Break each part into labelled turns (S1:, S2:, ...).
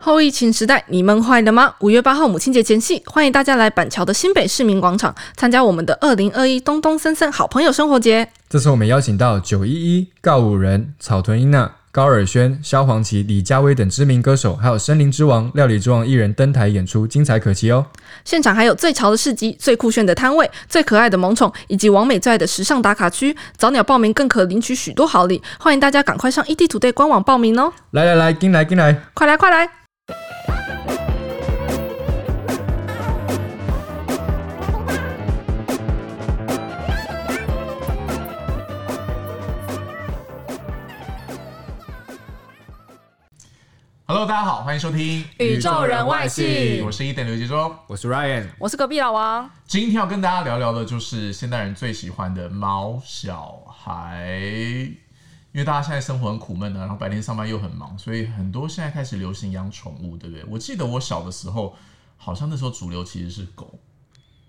S1: 后疫情时代，你闷坏了吗？五月八号母亲节前夕，欢迎大家来板桥的新北市民广场参加我们的二零二一东东森森好朋友生活节。
S2: 这次我们邀请到九一一、告五人、草屯英娜、高尔宣、萧煌奇、李佳薇等知名歌手，还有森林之王、料理之王艺人登台演出，精彩可期哦！
S1: 现场还有最潮的市集、最酷炫的摊位、最可爱的萌宠，以及王美最爱的时尚打卡区。早鸟报名更可领取许多好礼，欢迎大家赶快上 ET 土队官网报名哦！
S2: 来来来，进来进来，
S1: 快来快来！
S3: Hello，大家好，欢迎收听
S1: 宇宙人外系
S3: 我是一点刘杰忠。
S2: 我是 Ryan。
S1: 我是隔壁老王，
S3: 今天要跟大家聊聊的就是现代人最喜欢的猫小孩，因为大家现在生活很苦闷啊，然后白天上班又很忙，所以很多现在开始流行养宠物，对不对？我记得我小的时候，好像那时候主流其实是狗，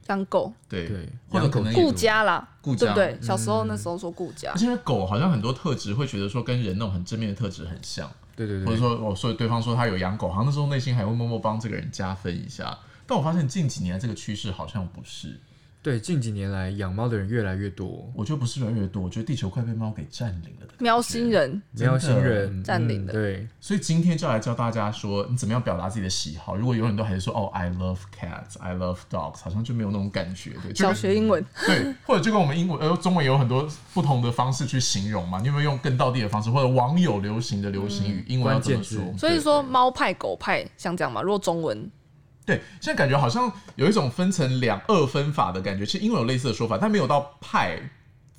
S1: 养狗
S3: 对
S2: 对
S3: 或者可能
S2: 养狗
S1: 顾
S3: 也
S1: 家啦，
S3: 顾
S1: 对
S3: 家嗯
S1: 不对？小时候那时候说顾家
S3: 而，且狗好像很多特质会觉得说跟人那种很正面的特质很像，
S2: 对对
S3: 或者
S2: 对，
S3: 说哦，所以对方说他有养狗，好像那时候内心还会默默帮这个人加分一下。但我发现近几年这个趋势好像不是，
S2: 对近几年来养猫的人越来越多，
S3: 我觉得不是越来越多，我觉得地球快被猫给占领了的感觉
S1: 喵星。人
S2: 没有新人
S1: 占领的
S2: 嗯对，
S3: 所以今天就来教大家说，你怎么样表达自己的喜好。如果永远都还是说哦，I love cats, I love dogs，好像就没有那种感觉，对，就
S1: 小
S3: 跟
S1: 学英文，
S3: 对，或者就跟我们英文呃中文有很多不同的方式去形容嘛。你有没有用更道地的方式，或者网友流行的流行语，英文要怎么说
S2: 关
S1: 嗯
S2: 键？字
S1: 所以说猫派狗派像这样嘛。如果中文
S3: 对，现在感觉好像有一种分成两二分法的感觉。其实英文有类似的说法，但没有到派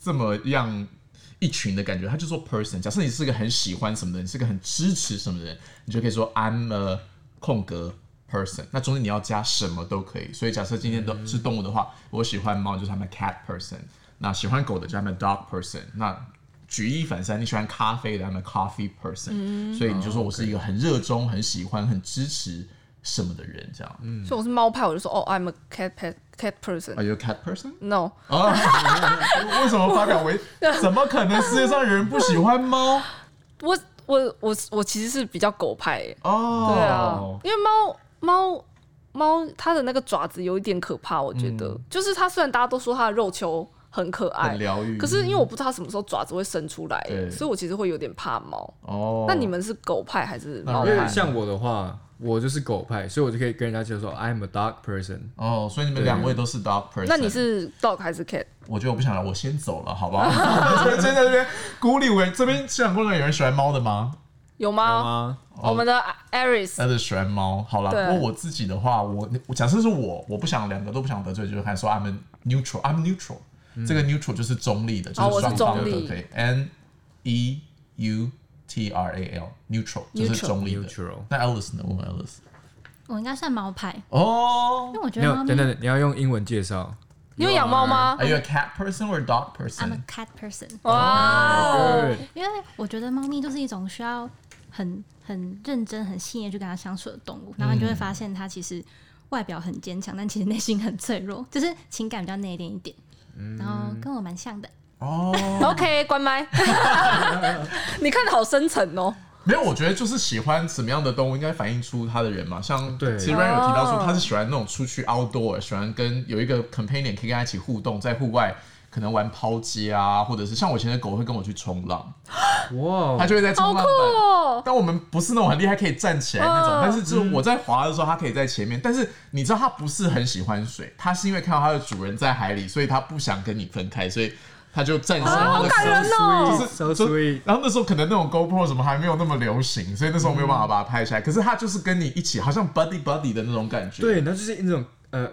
S3: 这么样一群的感觉。他就说 person，假设你是个很喜欢什么的人，你是个很支持什么的人，你就可以说 I'm a 空格 person。那中间你要加什么都可以。所以假设今天都是动物的话，我喜欢猫就是 I'm a cat person，那喜欢狗的就 I'm a dog person。那举一反三，你喜欢咖啡的，I'm a coffee person，、所
S1: 嗯
S3: 以你就说我是一个很热衷、很喜欢、很支持什么的人，这样。嗯，哎
S1: 所以我是猫派，我就说哦，I'm a cat pet cat person。
S3: Are you a cat person？
S1: No，
S3: 啊，为什么发表为？怎么可能世界上有人不喜欢猫？
S1: 我我我我其实是比较狗派耶，对啊
S3: 哦，，
S1: 因为猫猫猫它的那个爪子有一点可怕，我觉得、就是它虽然大家都说它的肉球很可爱
S3: 嗯很，疗愈。
S1: 哎可是因为我不知道它什么时候爪子会伸出来耶，
S3: 对
S1: 所以我其实会有点怕猫。
S3: 哦，
S1: 那你们是狗派还是猫
S2: 因
S1: 派
S2: 为？像我的话，我就是狗派，所以我就可以跟人家就说 I'm a dog person。
S3: 哦，所以你们两位都是 dog person。
S1: 那你是 dog 还是 cat？
S3: 我觉得我不想聊，我先走了，好不好？ 真在这边孤立无援。这边市场工作人员有人喜欢猫的吗？
S1: 有吗？
S2: 啊，
S3: 哦
S1: 我们的 Aris
S3: 他是喜欢猫。好啦，
S1: 对
S3: 不过我自己的话，我我假设是我，我不想两个都不想得罪，就是看说 I'm a neutral，I'm neutral，、这个 neutral 就是中立的，就
S1: 哦我是
S3: 双方
S1: 中
S3: 的
S1: 立
S3: 都可以。N E U T R A L，neutral 就是中立的。
S2: Neutral
S3: 那 Alice 呢？我们 Alice
S4: 我应该算猫派，
S3: 哦
S4: 因为我觉
S2: 你
S4: 得
S2: 要
S4: 猫
S2: 等
S4: 咪
S2: 等，你要用英文介绍。
S1: 你有养猫吗？
S3: ，Are you a cat person or a dog
S4: ，I'm a
S3: person？
S4: cat person，
S3: 啊
S1: 哇哦，
S2: Good
S4: 因为我觉得猫咪就是一种需要很很认真、很细腻地去跟它相处的动物，然后你就会发现它其实外表很坚强，但其实内心很脆弱，就是情感比较内敛一点，然后跟我蛮像的。
S3: 哦，
S1: OK，关麦。你看的好深沉哦。
S3: 没有，我觉得就是喜欢什么样的动物，应该反映出他的人嘛。像
S2: 对
S3: 其实 Ryan 有提到
S1: 哦
S3: 说，他是喜欢那种出去 outdoor，喜欢跟有一个 companion 可以跟他一起互动，在户外可能玩抛接啊，或者是像我以前的狗会跟我去冲浪，它
S2: 哇，
S3: 就会在冲浪板。
S1: 哦，
S3: 但我们不是那种很厉害可以站起来那种，
S1: 嗯
S3: 但是就是我在滑的时候，它可以在前面。但是你知道它不是很喜欢水，它是因为看到它的主人在海里，所以它不想跟你分开，所以它就站起来。
S1: 啊好感人哦
S3: 就是
S2: so
S3: 就
S2: sweet，
S3: 然后那时候可能那种 GoPro 什么还没有那么流行，所以那时候没有办法把它拍下来。可是它就是跟你一起，好像 buddy buddy 的那种感觉。
S2: 对，那就是那种呃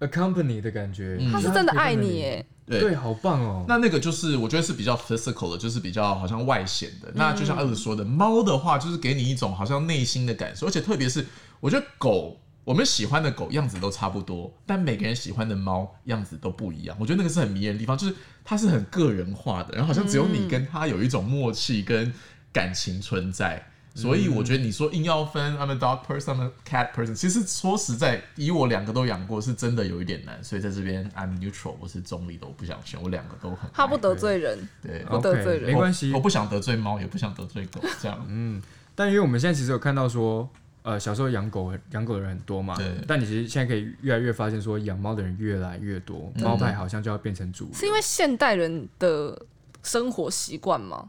S2: ，accompany 的感觉。
S1: 他是真的爱你耶。
S3: 嗯对
S2: 对，好棒哦。
S3: 那那个就是我觉得是比较 physical 的，就是比较好像外显的。那就像二子说的，猫的话就是给你一种好像内心的感受，而且特别是我觉得狗，我们喜欢的狗样子都差不多，但每个人喜欢的猫样子都不一样。我觉得那个是很迷人的地方，就是它是很个人化的，然后好像只有你跟它有一种默契跟感情存在。所以我觉得你说硬要分 I'm a dog person, I'm a cat person，其实说实在，以我两个都养过，是真的有一点难。所以在这边 I'm neutral，我是中立的，我不想选，我两个都很爱。
S1: 他不得罪人，
S3: 对，
S1: 不得罪
S2: OK，
S3: 哦
S1: 人
S2: 没关系嗯
S3: 我。不想得罪猫，也不想得罪狗，这样。
S2: 但因为我们现在其实有看到说，呃小时候养狗很养狗的人很多嘛
S3: 对，
S2: 但你其实现在可以越来越发现说养猫的人越来越多，
S3: 嗯
S2: 猫派好像就要变成主流。
S1: 是因为现代人的生活习惯吗？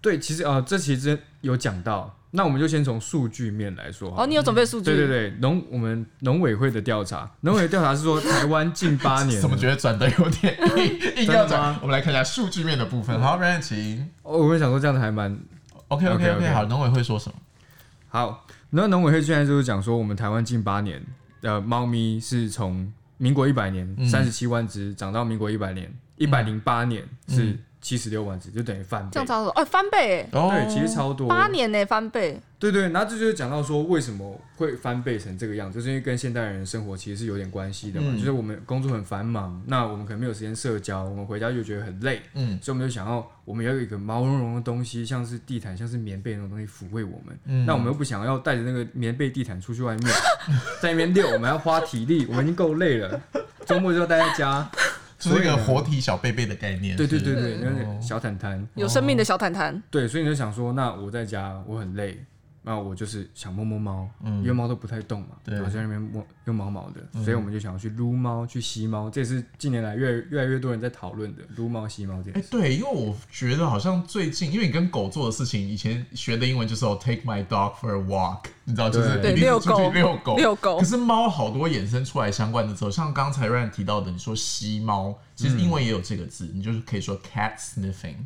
S2: 对，其实啊、呃这其实有讲到，那我们就先从数据面来说好了。
S1: 哦，你有准备数据？
S2: 对对对，农我们农委会的调查，农委会调查是 说台湾近八年，
S3: 怎么觉得转的有点硬硬要
S2: 真的吗嗯
S3: 转？我们来看一下数据面的部分。好 r a n 请
S2: 哦，我们想说这样子还蛮
S3: OK OK
S2: OK，OK
S3: OK，好，农委会说什么？
S2: 好。那农委会现在就是讲说，我们台湾近八年，呃，猫咪是从民国一百年
S3: 嗯
S2: 三十七万只涨到民国一百年一百零八年
S3: 嗯
S2: 是七十六万只，就等于翻
S1: 这
S2: 倍
S1: 样。差不多，哎、翻倍、
S3: 哦
S2: 对，其实超
S1: 哎，
S2: 多，
S1: 八年呢、翻倍。
S2: 对对，然后这就是讲到说为什么会翻倍成这个样子，就是因为跟现代人的生活其实是有点关系的嘛。
S3: 嗯
S2: 就是我们工作很繁忙，那我们可能没有时间社交，我们回家就觉得很累，
S3: 嗯
S2: 所以我们就想要我们要有一个毛茸茸的东西，像是地毯、像是棉被那种东西抚慰我们。
S3: 嗯
S2: 那我们又不想要带着那个棉被、地毯出去外面， 在那边遛，我们要花体力，我们已经够累了，周末就要待在家。
S3: 就是一
S2: 所以
S3: 个
S2: 呢
S3: 活体小贝贝的概念。
S2: 对对
S3: 是哦
S2: 对对，那个小毯毯。
S1: 有生命的小坦坦，
S2: 对，所以你就想说，那我在家我很累，那我就是想摸摸猫，
S3: 嗯
S2: 因为猫都不太动嘛，
S3: 对嗯
S2: 我在那边摸又毛毛的，所以我们就想要去撸猫、去吸猫，这也是近年来越越来越多人在讨论的撸猫、吸猫这
S3: 哎、
S2: 件事。
S3: 对，因为我觉得好像最近，因为你跟狗做的事情，以前学的英文就是哦 “take my dog for a walk”，你知道，就是
S2: 对
S3: 一定
S1: 遛
S3: 是出
S1: 狗
S3: 去遛狗，
S1: 遛狗
S3: 可是猫好多衍生出来相关的词，像刚才 Ryan 提到的，你说吸猫，其
S2: 嗯
S3: 实英文也有这个字，你就是可以说 cat sniffing。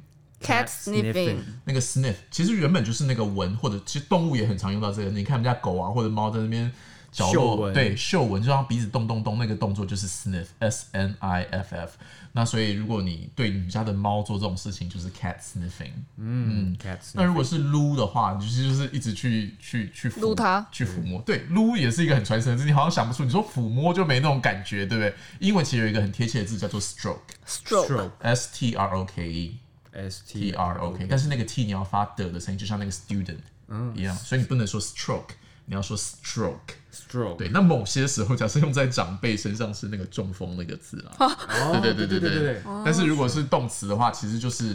S1: cat sniffing，
S3: 那个 sniff，其实原本就是那个闻，或者其实动物也很常用到这个。你看我们家狗啊，或者猫在那边角
S2: 嗅
S3: 落，
S2: 闻
S3: 对，嗅闻，就让鼻子动动动，那个动作就是 sniff，s n i f f。那所以如果你对你们家的猫做这种事情，就是 cat sniffing。
S2: 嗯，cat
S3: 那
S2: sniffing
S3: 如果是撸的话，你就是就是一直去去去抚
S1: 撸它
S3: 去抚摸。对，撸也是一个很传神的字，你好像想不出，你说抚摸就没那种感觉，对不对？英文其实有一个很贴切的字叫做 stroke，s
S1: stroke，
S3: t r o k e。
S2: S
S3: T
S2: T
S3: R O K，但是那个 T 你要发的的声音，就像那个 student 一样，所以你不能说 stroke，你要说 stroke。
S2: stroke
S3: 对，那某些时候，假设用在长辈身上是那个中风那个字啊，
S2: 哦
S3: 对
S2: 对
S3: 对
S2: 对
S3: 对
S2: 对，
S3: 但是如果是动词的话，其实就是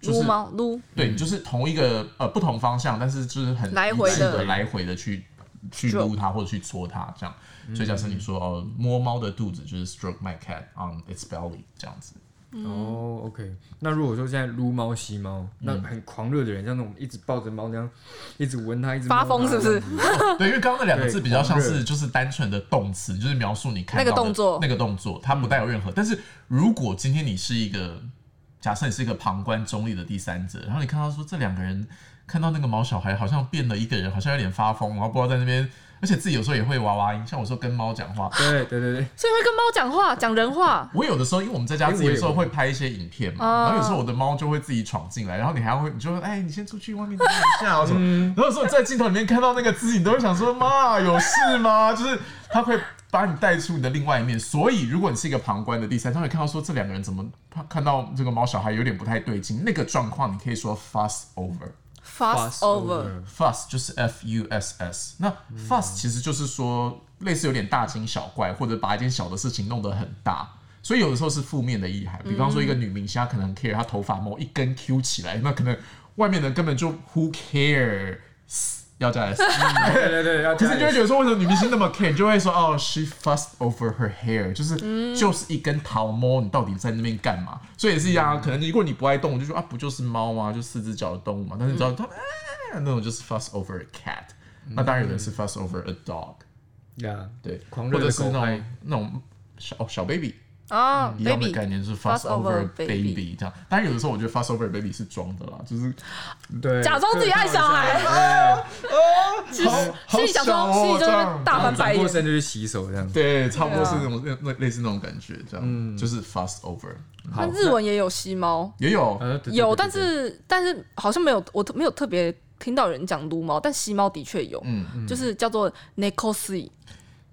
S3: 就
S1: 撸
S3: 是
S1: 猫撸，
S3: 对你就是同一个呃不同方向，但是就是很
S1: 来回的
S3: 一致地来回的去去撸它或者去搓它这样。所以假设你说哦摸猫的肚子就是 stroke my cat on its belly 这样子，
S1: 嗯
S2: 哦，OK。那如果说现在撸猫、吸猫，那
S3: 嗯
S2: 很狂热的人，像那种一直抱着猫那样，一直闻它，一直
S1: 发
S2: 摸
S1: 疯
S2: 它
S1: 是不是？？
S3: 对，因为刚刚那两个
S2: 对
S3: 字比较像
S2: 狂热
S3: 是就是单纯的动词，就是描述你看到
S1: 那
S3: 的
S1: 个动作
S3: 那个动作，它不带有任何。但是如果今天你是一个，假设你是一个旁观中立的第三者，然后你看到说这两个人看到那个毛小孩好像变了一个人，好像有点发疯，然后不知道在那边，而且自己有时候也会娃娃音，像我说跟猫讲话。
S2: 对对对对，
S1: 所以会跟猫讲话，讲人话，
S3: 我有的时候，因为我们在家自己有时候会拍一些影片嘛，
S1: 哦
S3: 然后有时候我的猫就会自己闯进来，然后你还会，你就会，哎，你先出去外面等我一下哦什么。然后有时候你在镜头里面看到那个姿势，你都会想说，妈，有事吗？就是它会把你带出你的另外一面。所以，如果你是一个旁观的第三，他会看到说这两个人怎么他看到这个猫小孩有点不太对劲，那个状况你可以说 fuss over。
S1: ，fuss over，
S3: fuss 就是 f u s s，那 fuss 其实就是说类似有点大惊小怪，或者把一件小的事情弄得很大。所以有的时候是负面的意涵，比方说一个女明星，她可能很 care 她头发某一根 Q 起来，那可能外面的人根本就 who cares，要加 s，
S2: 对 对对，要
S3: 可是
S2: 加油
S3: 你就会觉得说为什么女明星那么 care，你就会说哦，she fussed over her hair，就是、
S1: 嗯
S3: 就是一根桃毛，你到底在那边干嘛？所以也是一
S1: 嗯
S3: 样啊，可能如果你不爱动物，就说啊不就是猫吗？就四只脚的动物
S1: 嗯
S3: 嘛。但是你知道它、啊那种就是 fuss over a cat，、那当然有人
S1: 嗯
S3: 是 fuss over a dog，
S2: 呀，
S3: 对，
S2: 狂
S3: 或
S2: 热
S3: 者
S2: 的
S3: 是
S2: 狗
S3: 那
S2: 派
S3: 种。那种小哦小 baby。
S1: 啊
S3: 一样的
S1: ，baby，
S3: 概念就是 fuss
S1: fuss
S3: over
S1: over
S3: a
S1: baby
S3: baby 这样，当然有的时候我觉得 fuss over a baby 是装的啦，就是
S2: 对，
S1: 假装自己爱小孩
S2: 孩，
S1: 其实
S3: 好
S1: 心里想说，
S3: 小哦
S1: 心里就
S3: 这
S1: 在
S3: 样
S1: 大翻白
S2: 转过
S1: 眼。
S2: 身就去洗手这样。
S3: 对，差不多是那种那那类似那种感觉，这样，就是 fuss over
S1: 那日文也有吸猫，
S3: 也有，
S2: 呃，对对
S1: 有，
S2: 对
S1: 但
S2: 对
S1: 是但是好像没有，我没有特别听到有人讲撸猫，但吸猫的确有，
S3: 嗯
S1: 就是叫做 neko si。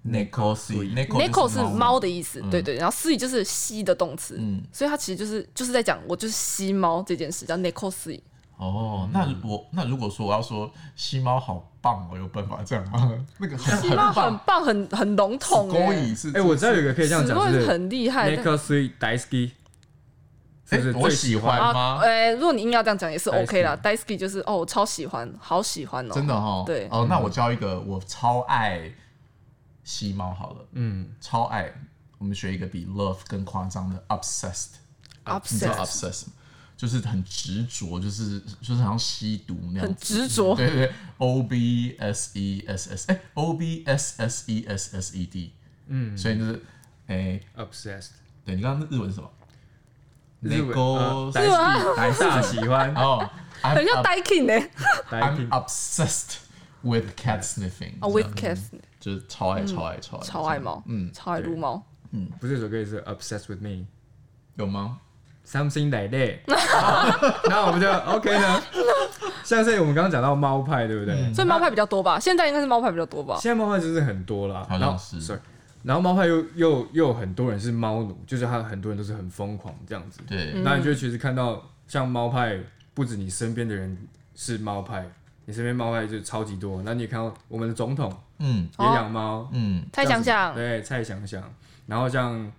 S3: ，neko 是
S1: Neko
S3: neko
S1: 是猫，的意思，对对，然后 see 就是吸的动词，
S3: 嗯
S1: 所以它其实就是就是在讲我就是吸猫这件事，叫 Neko see。
S3: 哦，那我那如果说我要说吸猫好棒哦，有办法这样吗？ 那个很
S1: 吸猫很
S3: 棒，
S1: 棒，很很笼统
S3: 勾
S1: 哎、
S3: 引是，
S2: 哎，我知道有一个可以这样
S1: 此
S2: 讲，
S1: 论
S2: 就是
S1: 很厉害，但
S2: Make a three d i s k y 这是
S3: 诶哎我
S2: 最
S3: 喜
S2: 喜
S3: 欢
S2: 欢。
S3: 吗？
S1: 呃，如果你硬要这样讲也是
S2: Daisuke
S1: OK 啦。Daisky 就是哦，我超喜欢，好喜欢哦，
S3: 真的哈，
S1: 对
S3: 哦，那我教一个，我超爱吸猫好了，
S2: 嗯，
S3: 超爱。我们学一个比 love 更夸张的 obsessed，你知道
S1: ，obsessed，
S3: obsessed 吗就是很执着，就是就是好像吸毒那样
S1: 很执
S3: 子。
S1: 着，
S3: 对对对，O B S E S S，哎，O B S S E S S E D，嗯，所以就是，哎，
S2: obsessed，
S3: 对你刚刚日文是什么？
S2: 日文呃
S3: Lego
S2: 大大大喜欢，
S3: 哦 ，I'm
S1: 很像欸啊
S3: ob-
S1: Daisky 呢。
S2: 大
S3: I'm obsessed with cat sniffing，
S1: 哦，with cats
S3: 就是超爱超爱超爱
S1: 超爱猫，
S3: 嗯
S1: 嗯，超爱撸猫。
S2: 不是这首歌也是 obsessed with me。
S3: 有吗？
S2: something like that，那我们就 OK 呢。像是我们刚刚讲到猫派，对不对？
S3: 嗯
S1: 所以猫派比较多吧，现在应该是猫派比较多吧。
S2: 现在猫派就是很多啦，
S3: 好像
S2: 然后
S3: 是
S2: sorry，然后猫派又又又有很多人是猫奴，就是他很多人都是很疯狂这样子。
S1: 嗯
S3: 对，
S2: 那你就其实看到像猫派，不止你身边的人是猫派，你身边猫派就超级多。那你也看到我们的总统
S3: 嗯
S2: 也
S1: 哦
S2: 养猫，
S3: 嗯，
S1: 猜
S2: 这样
S1: 想
S2: 子
S1: 想，
S2: 对，蔡想想，然后像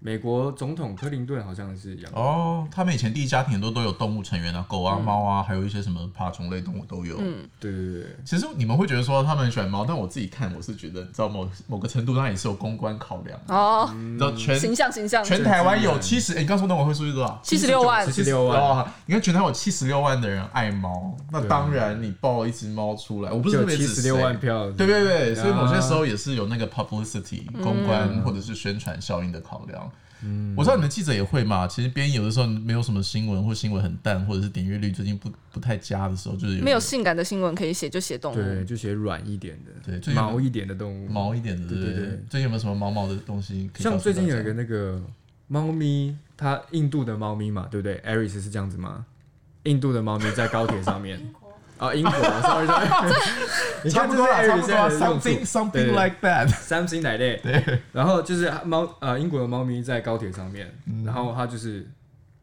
S2: 美国总统克林顿好像是养猫，
S3: 哦，他们以前第一家庭很多都有动物成员啊，狗啊、猫
S1: 嗯
S3: 啊，还有一些什么爬虫类动物都有。
S2: 对对对对。
S3: 其实你们会觉得说他们很喜欢猫，但我自己看，我是觉得，你知道某某个程度，它也是有公关考量。
S1: 哦，
S3: 你知道
S2: 嗯
S3: 全
S1: 形象形象，
S3: 全台湾有七十，哎，你刚说那我会数据多少？
S1: 七十六万
S2: 十，六万，啊
S3: 哦，你看全台湾有七十六万的人爱猫，那当然你抱一只猫出来，我不是特别
S2: 七
S3: 指
S2: 十六
S3: 谁
S2: 万票，
S3: 对对对，所以某些
S2: 啊
S3: 时候也是有那个 publicity
S1: 嗯
S3: 公关或者是宣传效应的考量。
S2: 嗯
S3: 我知道你们记者也会嘛，其实编有的时候没有什么新闻或新闻很淡，或者是点阅率最近不不太佳的时候，就是有
S1: 没有性感的新闻可以写，就写动物
S2: 对，。就写软一点的，
S3: 对最近
S2: 毛一点的动物。
S3: 毛一点的，对
S2: 对
S3: 对
S2: 对
S3: 对
S2: 对。
S3: 最近有没有什么毛毛的东西可以告诉大家？
S2: 像最近有一个那个猫咪，它印度的猫咪嘛，对不对？Aris 是这样子吗？印度的猫咪在高铁上 面啊，英国，sorry sorry，你
S3: 差
S2: 看
S3: 不
S2: 这
S3: 多
S2: 是
S3: 啦，差不
S2: Aris 现
S3: 多啊啦
S2: 在的用处
S3: ，something
S2: 对
S3: something
S2: 对对
S3: like that。
S2: something like that。对，然后就是猫呃，英国的猫咪在高铁上面，
S3: 嗯
S2: 然后它就是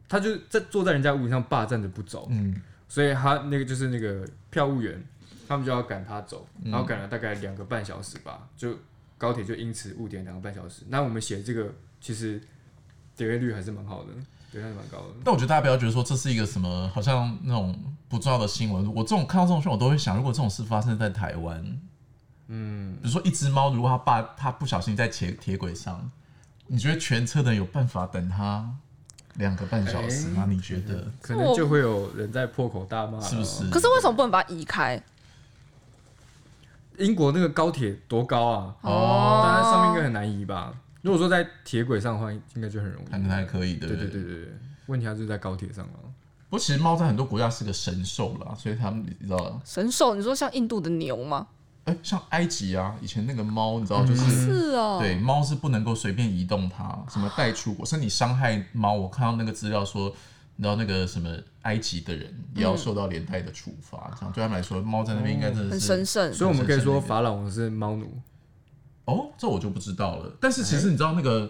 S2: 它就是在坐在人家屋顶上霸占着不走，
S3: 嗯，
S2: 所以他那个就是那个票务员，他们就要赶他走，
S3: 嗯
S2: 然后赶了大概两个半小时吧，就高铁就因此误点两个半小时。那我们写这个其实点阅率还是蛮好的，点阅率蛮高的。
S3: 但我觉得大家不要觉得说这是一个什么，好像那种不重要的新闻。我这种看到这种新闻，我都会想，如果这种事发生在台湾，嗯，比如说一只猫，如果它爸它不小心在铁铁轨上，你觉得全车的人有办法等它两个半小时吗？你觉 得
S2: 可能就会有人在破口大骂，
S3: 是不是？
S1: 可是为什么不能把它移开？
S2: 英国那个高铁多高啊？
S3: 哦，
S2: 当然上面应该很难移吧。如果说在铁轨上的话，应该就很容易。
S3: 看起来还可以，对
S2: 对
S3: 不
S2: 对对对对，问题它就是在高铁上了。
S3: 不过其实猫在很多国家是个神兽啦，所以他们你知道，
S1: 神兽，你说像印度的牛吗？
S3: 哎、像埃及啊，以前那个猫，你知道就是。
S2: 嗯
S1: 是哦，
S3: 嗯对，猫是不能够随便移动它，什么带出国，甚至你伤害猫，我看到那个资料说，你知道那个什么埃及的人
S1: 嗯
S3: 也要受到连带的处罚，这样对他们来说，猫在那边应该真的
S1: 哦很
S3: 是
S1: 神圣。
S2: 所以我们可以说
S3: 神圣
S2: 法老王是猫奴，
S3: 哦，这我就不知道了。但是其
S1: 哎
S3: 实你知道那个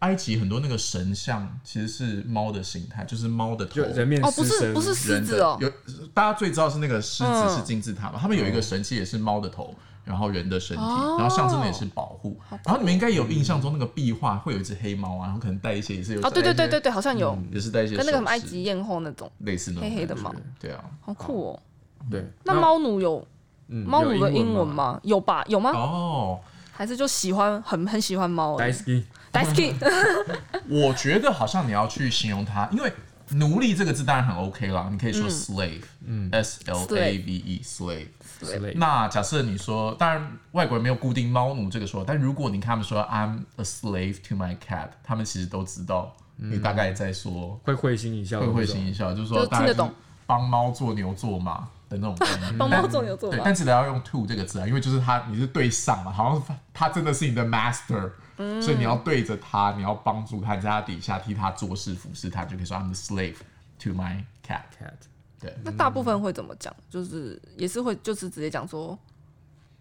S3: 埃及很多那个神像其实是猫的形态，就是猫的头
S2: 就。人面
S1: 哦，不
S2: 狮
S1: 是
S2: 身
S1: 不是狮
S3: 人
S1: 子
S3: 的
S1: 哦，
S3: 有大家最知道是那个狮子
S1: 嗯
S3: 是金字塔嘛，他们有一个神器也是猫的头，然后人的身体，
S1: 哦
S3: 然后象征的也是保护。然后你们应该有印象中那个壁画会有一只黑猫啊，然后可能带一些也是有嗯
S1: 啊，对对对对对，好像有，
S3: 也是带一些
S1: 跟那个什
S3: 首
S1: 么埃
S3: 饰
S1: 及艳后那种，
S3: 类似那种
S1: 黑黑的
S3: 感觉
S1: 猫，
S3: 对啊，
S1: 好酷哦。
S2: 对。
S1: 那猫奴有
S2: 嗯
S1: 猫奴的
S2: 有
S1: 英文
S2: 吗？
S1: 吗？有吧？有吗？
S3: 哦，
S1: 还是就喜欢很很喜欢猫而已
S2: Daisy，
S1: ？Daisky
S3: 我觉得好像你要去形容它，因为奴隶这个字当然很 OK 啦，你可以说 slave，嗯，S L A V E slave。
S2: 之类的
S3: 那假设你说，当然外国人没有固定猫奴这个说法，但如果你看他们说 I'm a slave to my cat，他们其实都知道你大概在说
S2: 会会心一笑的
S3: 会
S2: 那种，
S3: 会心一笑，就
S1: 嗯
S3: 是
S1: 就
S3: 说
S1: 是听
S3: 大
S1: 得
S3: 家就是
S1: 懂嗯
S3: 帮猫做牛做马的那种概念。
S1: 帮猫做牛做
S3: 对，
S1: 马
S3: 但，记得要用 to 这个字啊，因为就是他，你是对上嘛，好像他真的是你的 master，、所以
S1: 嗯
S3: 你要对着他，你要帮助他，你在他底下替他做事、服侍他，就可以说 I'm the slave to my cat。
S2: cat。
S3: 对，
S1: 那大部分会怎么讲？就是也是会就是直接讲说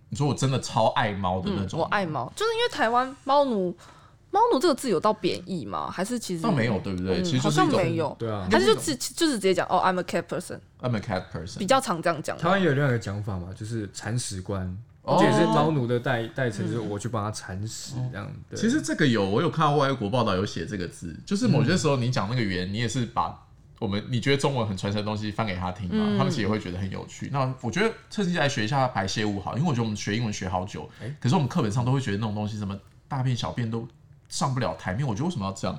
S3: 你说我真的超爱猫的那种，
S1: 嗯我爱猫，就是因为台湾猫奴。猫奴这个字有到贬义吗？还是其实
S3: 倒哦没有，对不对？
S1: 嗯
S3: 其实
S1: 好
S3: 就是
S1: 像
S3: 一种
S1: 没有，
S2: 对啊
S1: 还是就直就是直接讲哦，I'm a cat person，
S3: I'm a cat
S1: 比
S3: person。
S1: 较常这样讲。啊
S2: 台湾有另外一个讲法嘛，就是铲屎官，
S3: 哦
S2: 这也是猫奴的代代称，
S1: 嗯
S2: 就是我去帮它铲屎这样。对
S3: 其实这个有，我有看到外国报道有写这个字，就是某些时候你讲那个语言，你也是把我们你觉得中文很传神的东西翻给他听嘛，
S1: 嗯
S3: 他们其实也会觉得很有趣。那我觉得趁机来学一下排泄物好，因为我觉得我们学英文学好久，
S2: 哎
S3: 可是我们课本上都会觉得那种东西什么大便小便都上不了台面，我觉得为什么要这样？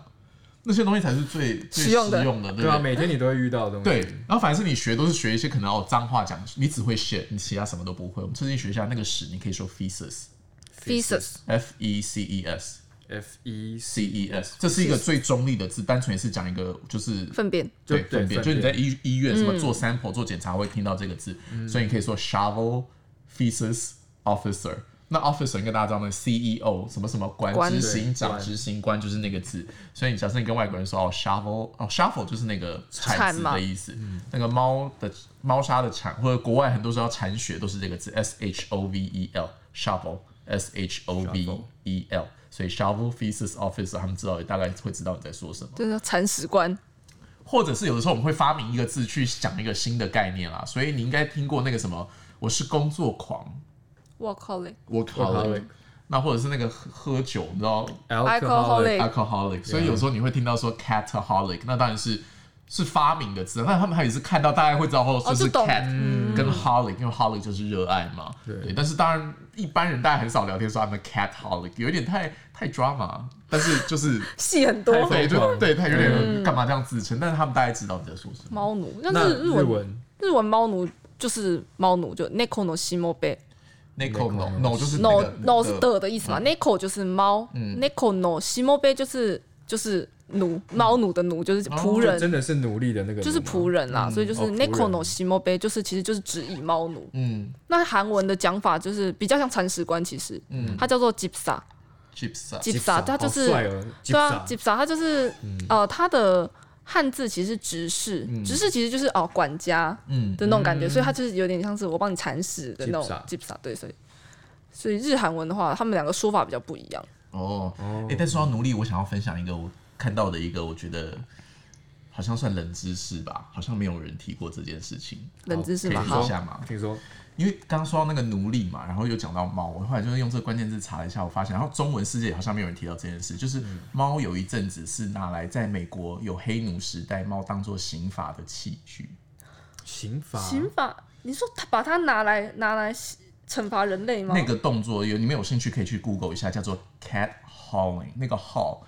S3: 那些东西才是最最
S1: 实
S3: 实
S1: 用
S3: 用
S1: 的
S3: 的，
S2: 对
S3: 不
S2: 啊，每天你都会遇到的东西。
S3: 对，然后反正是你学都是学一些可能哦脏话讲，你只会 shit，你其他什么都不会。我们最近学一下那个屎，你可以说 feces，f
S1: feces
S3: e c e s
S2: F E
S3: c e s，这是一个最中立的字，单纯也是讲一个就是
S1: 粪便
S3: 对
S2: 就对嗯
S3: 粪便，
S2: 粪
S3: 就是你在
S2: 便
S3: 医医院什么做 sample 做检查会听到这个字，所以你可以说 shovel feces officer。那 officer 应该大家知道吗？CEO 什么什么官
S1: 官，
S3: 执行长、
S2: 对
S3: 执行官就是那个字。所以你假设你跟外国人说哦 shovel 哦 shovel 就是那个
S1: 铲
S3: 铲子
S1: 嘛
S3: 的意思，
S2: 嗯
S3: 那个猫的猫砂的铲，或者国外很多时候铲雪都是这个字 s h o v e l shovel s h o v e l，所以 shovel feces officer 他们知道大概会知道你在说什么。
S1: 就是铲屎官，
S3: 或者是有的时候我们会发明一个字去讲一个新的概念啦，所以你应该听过那个什么，我是工作狂
S1: 我靠嘞，
S3: 我 o r
S2: Workaholic
S3: k 那或者是那个喝喝酒，你知道
S1: Alcoholic
S3: alcoholic，所以有时候你会听到说 cataholic，那当然是是发明的字，那他们还也是看到大家会知道
S1: 哦
S3: 说
S1: 就是懂嗯
S3: cat 跟 holic，因为 holic 就是热爱嘛，
S2: 对
S3: 对，但是当然一般人大家很少聊天说他们 cataholic，有一点太太 drama，但是就是。
S1: 戏很
S3: 太
S1: 多。
S3: 对，就
S2: 疯
S3: 对他
S1: 嗯
S3: 有点干嘛这样自称，但是他们大概知道你在说什么。
S1: 猫奴，但
S2: 那
S1: 是
S2: 日
S1: 日文
S2: 文
S1: 日文猫奴就是猫奴，就 neko no shimo be。
S3: Neko no
S2: Neko
S3: no 就是那
S1: no
S3: 个嗯
S1: no 是的的意思嘛，neko 就是猫，neko no shimobe 就是就是奴猫奴的奴，就是仆
S2: 就
S1: 人，
S2: 真的是努力的那个人吗，
S1: 就是仆人啦，所以就是
S2: 哦仆人
S1: neko no shimobe 就是其实就是指以猫奴。
S3: 嗯
S1: 那韩文的讲法就是比较像铲屎官，其实
S3: 嗯
S1: 它叫做 gypsa
S3: ，Gypsa
S1: gypsa，它
S2: 好
S1: 就是
S2: 帅哦，
S1: 对啊
S2: Gypsy
S1: ，gypsa 它就是
S3: 嗯
S1: 呃它的汉字其实是执事，执事其实就是哦管家，
S3: 嗯
S1: 的那种感觉，所以它就是有点像是我帮你铲屎的那种
S2: Gypsa
S1: gypsa，对，所以所以日韩文的话，他们两个说法比较不一样。
S3: 哦，哎，但说到奴隶，我想要分享一个我看到的一个我觉得好像算冷知识吧，好像没有人提过这件事情，
S1: 冷知识
S3: 可以
S1: 嘛，
S3: 说一啊
S1: 好，
S3: 下吗？
S2: 听说
S3: 因为刚刚说到那个奴隶嘛，然后又讲到猫，我后来就是用这个关键字查了一下，我发现，然后中文世界好像没有人提到这件事，就是猫有一阵子是拿来在美国有黑奴时代，猫当做刑法的器具。
S2: 刑法
S1: 刑法，你说他把它拿来拿来惩罚人类吗？
S3: 那个动作有你们有兴趣可以去 Google 一下，叫做 cat hauling，那个 haul。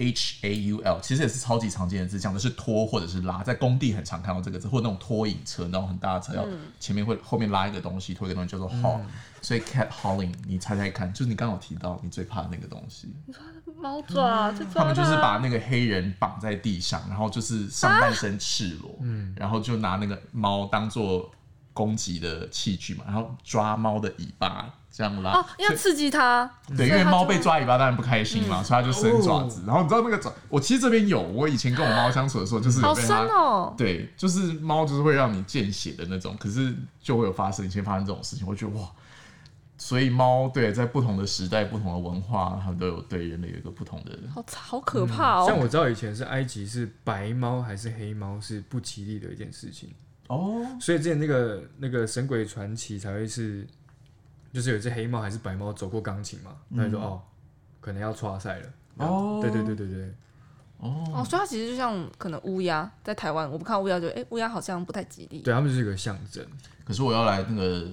S3: H A U L 其实也是超级常见的字，讲的是拖或者是拉，在工地很常看到这个字，或者那种拖引车，然后很大的车要
S1: 嗯
S3: 前面会后面拉一个东西，拖一个东西叫做 haul，、所以 cat hauling 你猜猜看，就是你刚好提到你最怕的那个东西，
S1: 猫爪去
S3: 嗯他
S1: 抓啊
S3: 们就是把那个黑人绑在地上，然后就是上半身赤裸，
S1: 啊
S3: 嗯然后就拿那个猫当做攻击的器具嘛，然后抓猫的尾巴这样拉，
S1: 哦，要刺激它，所
S3: 对，
S1: 以它
S3: 因为
S1: 就嗯哦
S3: 猫被抓尾巴当然不开心嘛，所以它就伸爪子。然后你知道那个爪，我其实这边有，我以前跟我猫相处的时候，就是
S1: 好
S3: 有被
S1: 深
S3: 它，
S1: 哦，
S3: 对，就是猫就是会让你见血的那种，可是就会有发生以前发生这种事情，我觉得哇，所以猫对在不同的时代、不同的文化，它们都有对人类有一个不同的。
S1: 好好可
S3: 嗯
S1: 怕
S2: 像
S1: 哦。
S2: 我知道以前是埃及是白猫还是黑猫是不吉利的一件事情，
S3: 哦，
S2: 所以之前那个那个神鬼传奇才会是，就是有一只黑猫还是白猫走过钢琴嘛，那就说、哦，可能要抓赛了。
S3: 哦
S2: 对对对对对，
S1: 哦，所以它其实就像可能乌鸦，在台湾我们看乌鸦就哎，乌鸦好像不太吉利。
S2: 对他们就是一个象征。
S3: 可是我要来那个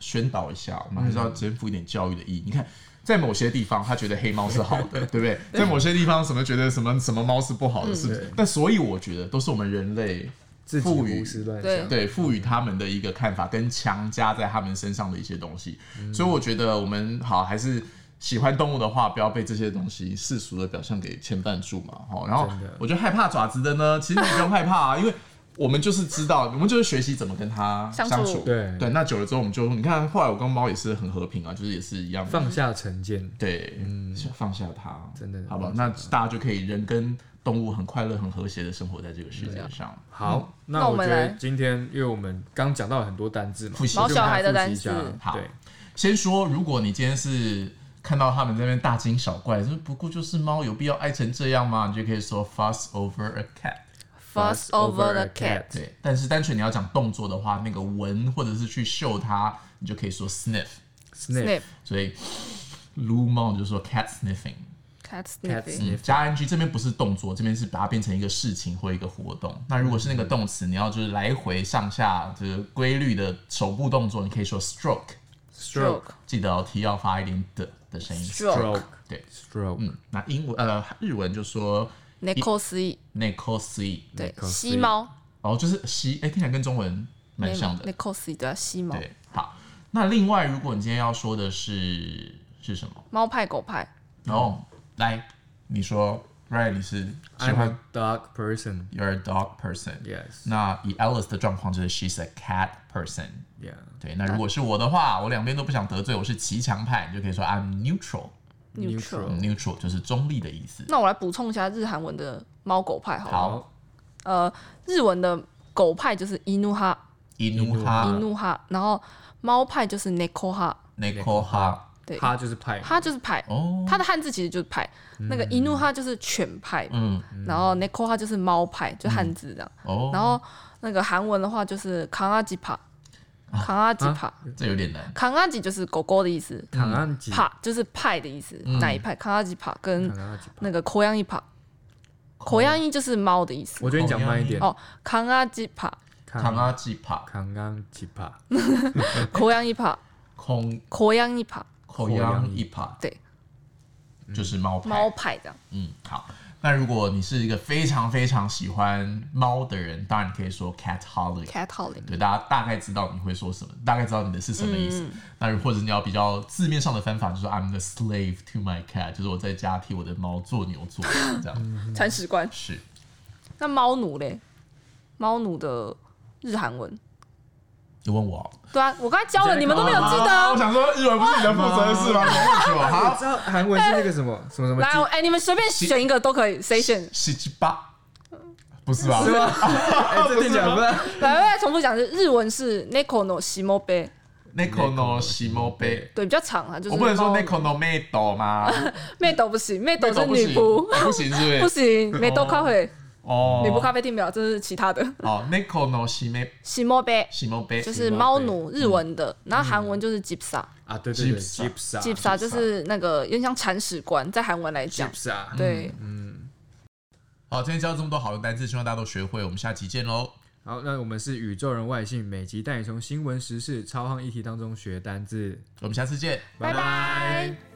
S3: 宣导一下，我们还是要肩负一点教育的意义。你看，在某些地方，他觉得黑猫是好的，对不 对？在某些地方，什么觉得什么什么猫是不好的，是不是
S2: 嗯对？
S3: 但所以我觉得都是我们人类
S2: 自己
S3: 赋予
S2: 胡思乱
S1: 对
S2: 想，
S3: 对赋予他们的一个看法，跟强加在他们身上的一些东西。
S2: 嗯
S3: 所以我觉得我们好还是。喜欢动物的话，不要被这些东西世俗的表象给牵绊住嘛。好，然后
S2: 真的
S3: 我觉得害怕爪子的呢，其实你不用害怕啊，因为我们就是知道，我们就是学习怎么跟它
S1: 相
S3: 相
S1: 处
S3: 处。
S2: 对
S3: 对，那久了之后，我们就你看，后来我跟猫也是很和平啊，就是也是一样，
S2: 放下成见，
S3: 对，放下它，
S2: 真的
S3: 好吧
S2: 放？下
S3: 那大家就可以人跟动物很快乐、很和谐的生活在这个世
S2: 啊
S3: 界上。
S2: 好，
S1: 嗯那
S2: 那
S1: 我
S2: 我
S1: 们
S2: 觉得
S1: 来
S2: 今天，因为我们刚讲到了很多单字嘛，
S3: 复习
S2: 我
S1: 毛
S2: 就
S1: 小
S2: 怕
S1: 孩的
S2: 复习
S1: 单
S2: 一
S1: 字
S2: 下
S3: 好
S2: 对，
S3: 先说，如果你今天是看到他们这边大惊小怪，就是不过就是猫，有必要爱成这样吗？你就可以说 fuss over a cat。
S1: Fuss over the
S2: a
S1: cat，
S3: 对，但是单纯你要讲动作的话，那个闻或者是去嗅它，你就可以说 sniff。
S2: snake
S1: Snip
S3: 所以 Lou Mom 就说 cat sniffing。
S1: cat
S2: cat
S1: sniffing，
S2: sniff
S3: 加 ing 这边不是动作，这边是把它变成一个事情或一个活动。那如果是那个动词，你要就是来回上下这个规律的手部动作，你可以说 stroke，
S2: stroke
S3: 记得哦，t 要发一点的的声音。
S1: stroke，
S3: 对，
S2: stroke
S3: 嗯，那英文呃日文就说
S1: 内扣丝翼，
S3: n e k o s i
S1: 对，
S2: Neko
S1: 吸猫，
S3: 哦，就是吸，哎、听起来跟中文蛮像的
S1: 内。扣丝翼对啊，吸猫，
S3: 对，好。那另外，如果你今天要说的是是什么？
S1: 猫派狗派，
S3: 然后来，你说 Right，你是喜
S2: I'm
S3: 欢
S2: a dog person
S3: You're a dog person。
S2: yes
S3: 那以 Alice 的状况就是 She's a cat person。
S2: yeah
S3: 对，那如果是我的话，我两边都不想得罪，我是骑墙派，你就可以说 I'm neutral。
S1: Neutral
S3: 嗯 neutral 就是中立的意思。
S1: 那我来补充一下日韩文的猫狗派好了，
S3: 好，
S1: 呃，日文的狗派就是伊努
S3: 啊
S1: 哈，
S3: 伊努
S1: 伊
S3: 哈、
S1: 努哈，然后猫派就是内扣哈，
S3: 内科哈，嗯
S1: 对，
S2: 他就是派
S1: 哈就是派，
S3: 哦，
S1: 它的汉字其实就是派，那个伊努哈就是犬派，
S3: 嗯，
S1: 然后 n e k o 哈就是猫派，就汉字这样。
S3: 哦，
S1: 然后那个韩文的话就是康阿吉帕，康阿吉帕，
S3: 这有点难。
S1: 康阿吉就是狗狗的意思，
S2: 唐安吉
S1: 帕就是派的意思，哪一派？康阿吉帕跟
S2: 唐安吉吧
S1: 那个口羊一帕，口羊一就是猫的意思。
S2: 我觉得你讲慢一点
S1: 哦，康阿吉帕，
S2: 嗯
S3: 康阿吉帕，
S2: 康安吉帕
S1: 口羊一帕，
S3: 空
S1: 口羊一帕，
S3: 口央一帕，
S1: 对，
S3: 就是猫派。
S1: 猫派这样。
S3: 嗯，好。那如果你是一个非常非常喜欢猫的人，当然你可以说 cat holic。
S1: cat howling，
S3: 对，大家大概知道你会说什么，大概知道你的是什么意思。
S1: 嗯
S3: 那或者你要比较字面上的翻法，就是 I'm the slave to my cat，就是我在家替我的猫做牛做马这样。
S1: 铲屎官。
S3: 是
S1: 那猫奴嘞？猫奴的日韩文，
S3: 你问我，
S1: 对啊，我刚才教了，你们都没有记得
S3: 啊
S1: 啊
S3: 我。想说日文不是你的负责的事吗？你问我
S2: 我
S3: 好，
S2: 知道韩文是那个什么什么什么
S1: 来，我哎，你们随便选一个都可以，谁选？
S3: 十七八，不是吧？
S2: 是吗？哎，这得讲吧。
S1: 来，我再重复讲一次，日文是 neko no shimobe，
S3: Neko no shimobe，
S1: 对，比较长啊，就是
S3: 我不能说
S1: 猫
S3: Neko no medo 吗？
S1: 妹斗不行，妹斗是
S3: 不
S1: 女
S3: 行，哦
S1: 仆，
S3: 不行是
S1: 不
S3: 不是？
S1: 行，妹斗咖啡，
S3: 哦，
S1: 女仆咖啡厅表，这是其他的
S3: 哦，Neko no shime
S1: shimobe，
S3: shimobe
S1: 就是猫奴日文的，
S3: 嗯
S1: 然后韩文就是 gypsa，
S2: 啊，对对对
S3: Gypsy
S2: ，gypsa，gypsa，
S1: gypsa 就是那个有点像铲屎官，在韩文来讲，对，
S3: 嗯好，今天教了这么多好的单词，希望大家都学会。我们下期见喽，
S2: 好，那我们是宇宙人外星，每集带你从新闻时事、超夯议题当中学单字。
S3: 我们下次见。
S1: 拜拜。